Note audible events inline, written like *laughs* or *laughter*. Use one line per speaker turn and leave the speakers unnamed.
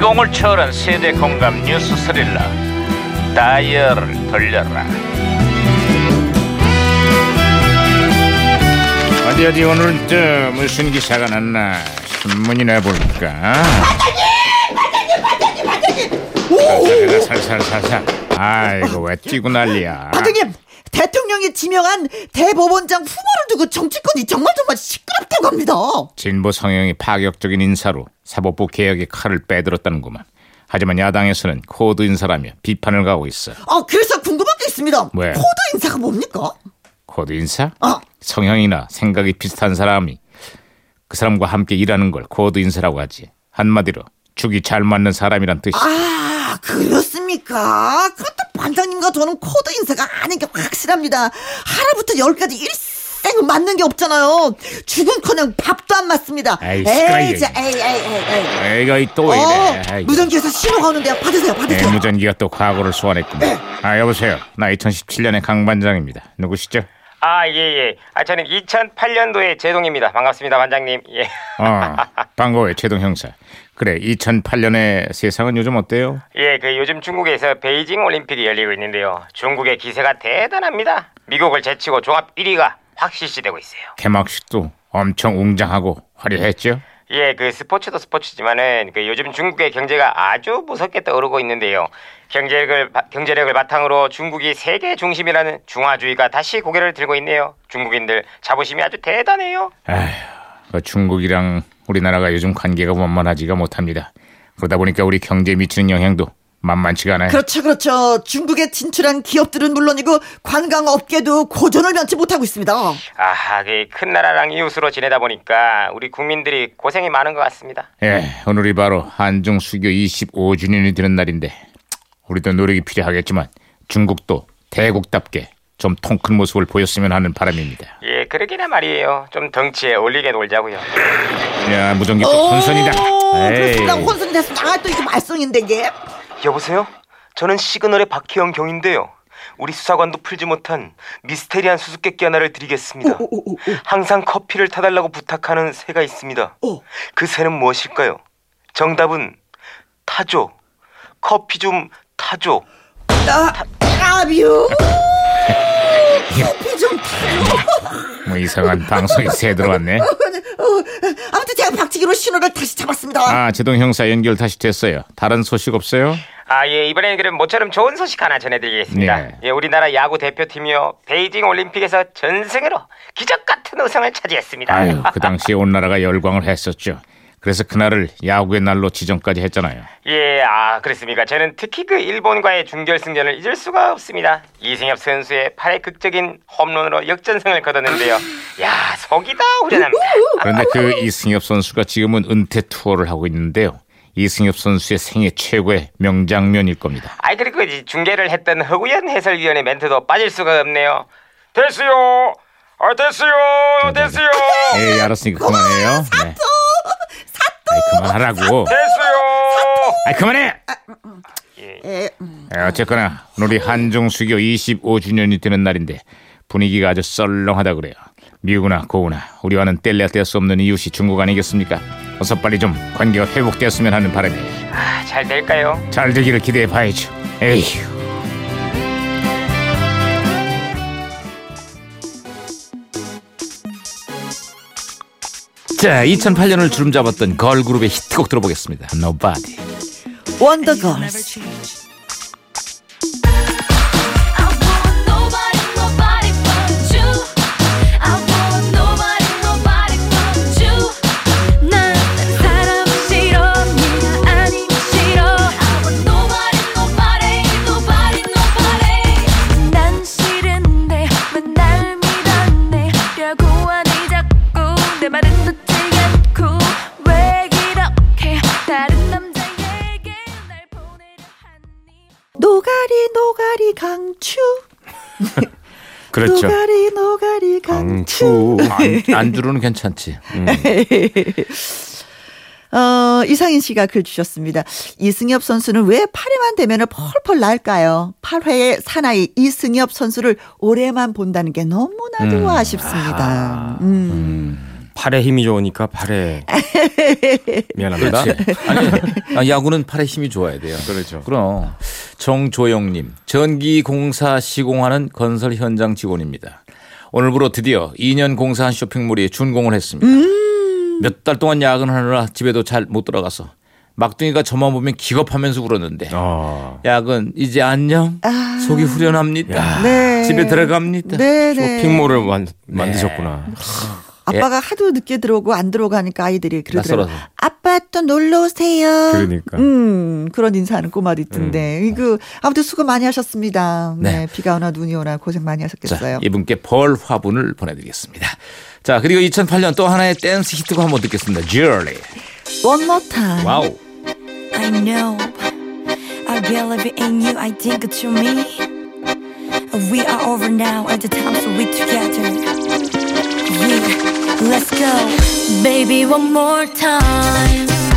똥을 초월한 세대 공감 뉴스 스릴러 다이얼을 돌려라
어디 어디 오늘은 또 무슨 기사가 났나 신문이나 볼까 반장님 반장님 반장님 반장님 살살살살살 아이고 왜 뛰고 난리야
반장님 대통령이 지명한 대법원장 후보를 두고 정치권이 정말 정말 시끄럽다고 합니다. 아,
진보 성향이 파격적인 인사로 사법부 개혁의 칼을 빼들었다는구만 하지만 야당에서는 코드 인사라며 비판을 가고 있어
아 그래서 궁금한 게 있습니다.
왜?
코드 인사가 뭡니까?
코드 인사?
아
성향이나 생각이 비슷한 사람이 그 사람과 함께 일하는 걸 코드 인사라고 하지 한마디로 죽이 잘 맞는 사람이란 뜻이
아 그렇습니까? 그것도 반장님과 저는 코드 인사가 아닌 게 확실합니다. 하나부터 열까지 일생 맞는 게 없잖아요. 죽은커녕 밥도 안 맞습니다.
아이, 시끄러워,
에이, 자,
이거.
에이, 에이, 에이, 에이.
에이, 이또 이래.
어,
아이고.
무전기에서 신호가 오는데요. 받으세요,
네,
받으세요.
무전기가 또 과거를 소환했구만. 아 여보세요. 나 2017년의 강 반장입니다. 누구시죠?
아, 예, 예. 아, 저는 2008년도에 제동입니다. 반갑습니다, 반장님. 예. *laughs*
어, 반가워요 최동 형사. 그래 2008년의 세상은 요즘 어때요?
예, 그 요즘 중국에서 베이징 올림픽이 열리고 있는데요. 중국의 기세가 대단합니다. 미국을 제치고 종합 1위가 확실시되고 있어요.
개막식도 엄청 웅장하고 화려했죠.
예, 그 스포츠도 스포츠지만은 그 요즘 중국의 경제가 아주 무섭게 떠오르고 있는데요. 경제력을 바- 경제력을 바탕으로 중국이 세계 중심이라는 중화주의가 다시 고개를 들고 있네요. 중국인들 자부심이 아주 대단해요.
그 중국이랑 우리나라가 요즘 관계가 원만하지가 못합니다. 그러다 보니까 우리 경제에 미치는 영향도 만만치가 않아요.
그렇죠, 그렇죠. 중국에 진출한 기업들은 물론이고 관광업계도 고전을 면치 못하고 있습니다. 어,
아, 그큰 나라랑 이웃으로 지내다 보니까 우리 국민들이 고생이 많은 것 같습니다.
예, 오늘이 바로 한중 수교 25주년이 되는 날인데 우리도 노력이 필요하겠지만 중국도 대국답게 좀 통 큰 모습을 보였으면 하는 바람입니다.
예, 그러기나 말이에요. 좀 덩치에 올리게 놀자고요.
야, 무전기 또 혼선이다.
그렇습니다. 혼선이 됐습니다. 아, 또 이게 말썽인데 이게.
여보세요? 저는 시그널의 박희영 경인데요. 우리 수사관도 풀지 못한 미스테리한 수수께끼 하나를 드리겠습니다. 항상 커피를 타달라고 부탁하는 새가 있습니다. 그 새는 무엇일까요? 정답은 타조. 커피 좀 타조.
아, 아뷰. 커피 좀 타요.
뭐 이상한 방송이 새 들어왔네.
아무튼 제가 박치기로 신호를 다시 잡았습니다.
아, 제동 형사 연결 다시 됐어요. 다른 소식 없어요?
아, 예, 이번에는 그럼 모처럼 좋은 소식 하나 전해드리겠습니다.
네.
예, 우리나라 야구 대표팀이요. 베이징 올림픽에서 전승으로 기적 같은 우승을 차지했습니다. *laughs*
아유, 그 당시에 온 나라가 열광을 했었죠. 그래서 그날을 야구의 날로 지정까지 했잖아요.
예, 아 그렇습니까? 저는 특히 그 일본과의 준결승전을 잊을 수가 없습니다. 이승엽 선수의 팔의 극적인 홈런으로 역전승을 거뒀는데요. 야, 속이 다 후련합니다.
그런데 그 이승엽 선수가 지금은 은퇴 투어를 하고 있는데요. 이승엽 선수의 생애 최고의 명장면일 겁니다.
아이 그리고 이제 중계를 했던 허구현 해설위원의 멘트도 빠질 수가 없네요. 됐어요. 아, 됐어요. 됐어요.
에이, 알았으니까 그만해요. 네. 사또! 사또! 그만하라고.
됐어요.
아이, 그만해!
에,
에, 어쨌거나 우리 한중 수교 25주년이 되는 날인데 분위기가 아주 썰렁하다 그래요. 미우나 고우나 우리와는 뗄래야 뗄 수 없는 이웃이 중국 아니겠습니까? 어서 빨리 좀 관계가 회복되었으면 하는 바람이에요.
아, 잘 될까요?
잘 되기를 기대해 봐야죠. 에휴.
자, 2008년을 주름 잡았던 걸그룹의 히트곡 들어보겠습니다. Nobody.
원더걸스.
I want nobody, nobody but you. I want nobody, nobody but you. 난딴 사람 싫어, 네가 아닌 싫어. I want nobody, nobody, nobody, nobody. 난 싫은데 왜 날 밀어내려고 하니 자꾸 내 말은 듣지 않고 왜 이렇게 다른 남자에게 날 보내려 하니?
노가리 노가리 강추.
그렇죠.
노가리 노가리 강추.
안, 안주로는 괜찮지. 음.
*laughs* 어, 이상인 씨가 글 주셨습니다. 이승엽 선수는 왜 8회만 되면 펄펄 날까요? 8회의 사나이
아.
이승엽 선수를 올해만 본다는 게 너무나도 아쉽습니다. 음.
팔에 힘이 좋으니까 팔에 미안합니다.
아니, 아, 야구는 팔에 힘이 좋아야 돼요.
그렇죠.
그럼 정조영님 전기 공사 시공하는 건설 현장 직원입니다. 오늘부로 드디어 2년 공사한 쇼핑몰이 준공을 했습니다.
음.
몇 달 동안 야근하느라 집에도 잘 못 들어가서 막둥이가 저만 보면 기겁하면서 울었는데 아,
어.
야근 이제 안녕 속이 후련합니다.
아. 네.
집에 들어갑니다.
네네.
쇼핑몰을 만, 만드셨구나.
아빠가 하도 늦게 들어오고 안 들어가니까 아이들이 그러더라고.
낯설어서.
아빠 또 놀러 오세요.
그러니까.
음 그런 인사하는 꼬마도
음.
있던데. 이거 아무튼 수고 많이 하셨습니다. 네. 비가 오나 눈이 오나 고생 많이
자,
하셨겠어요.
이분께 벌 화분을 보내드리겠습니다. 자 그리고 2008년 또 하나의 댄스 히트곡 한번 듣겠습니다. Jewelry.
One more time.
와우.
I know I believe in you, I think it's you me We are over now and the times we together Yeah, let's go
Baby, one more time.